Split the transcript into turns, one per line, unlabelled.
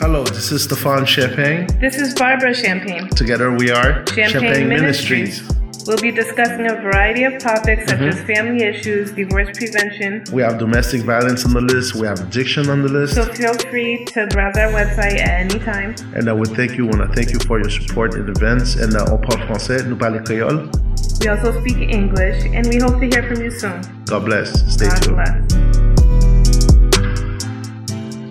Hello, this is Stefan Champagne.
This is Barbara Champagne.
Together we are
Champagne, Ministries. We'll be discussing a variety of topics such as family issues, divorce prevention.
We have domestic violence on the list, we have addiction on the list,
So feel free to browse our website at any time.
and I would thank you, want to thank you for your support in events. And uh, on parle français, nous parlons créole.
We also speak English, and we hope to hear from you soon.
God bless. Stay
God
tuned.
bless.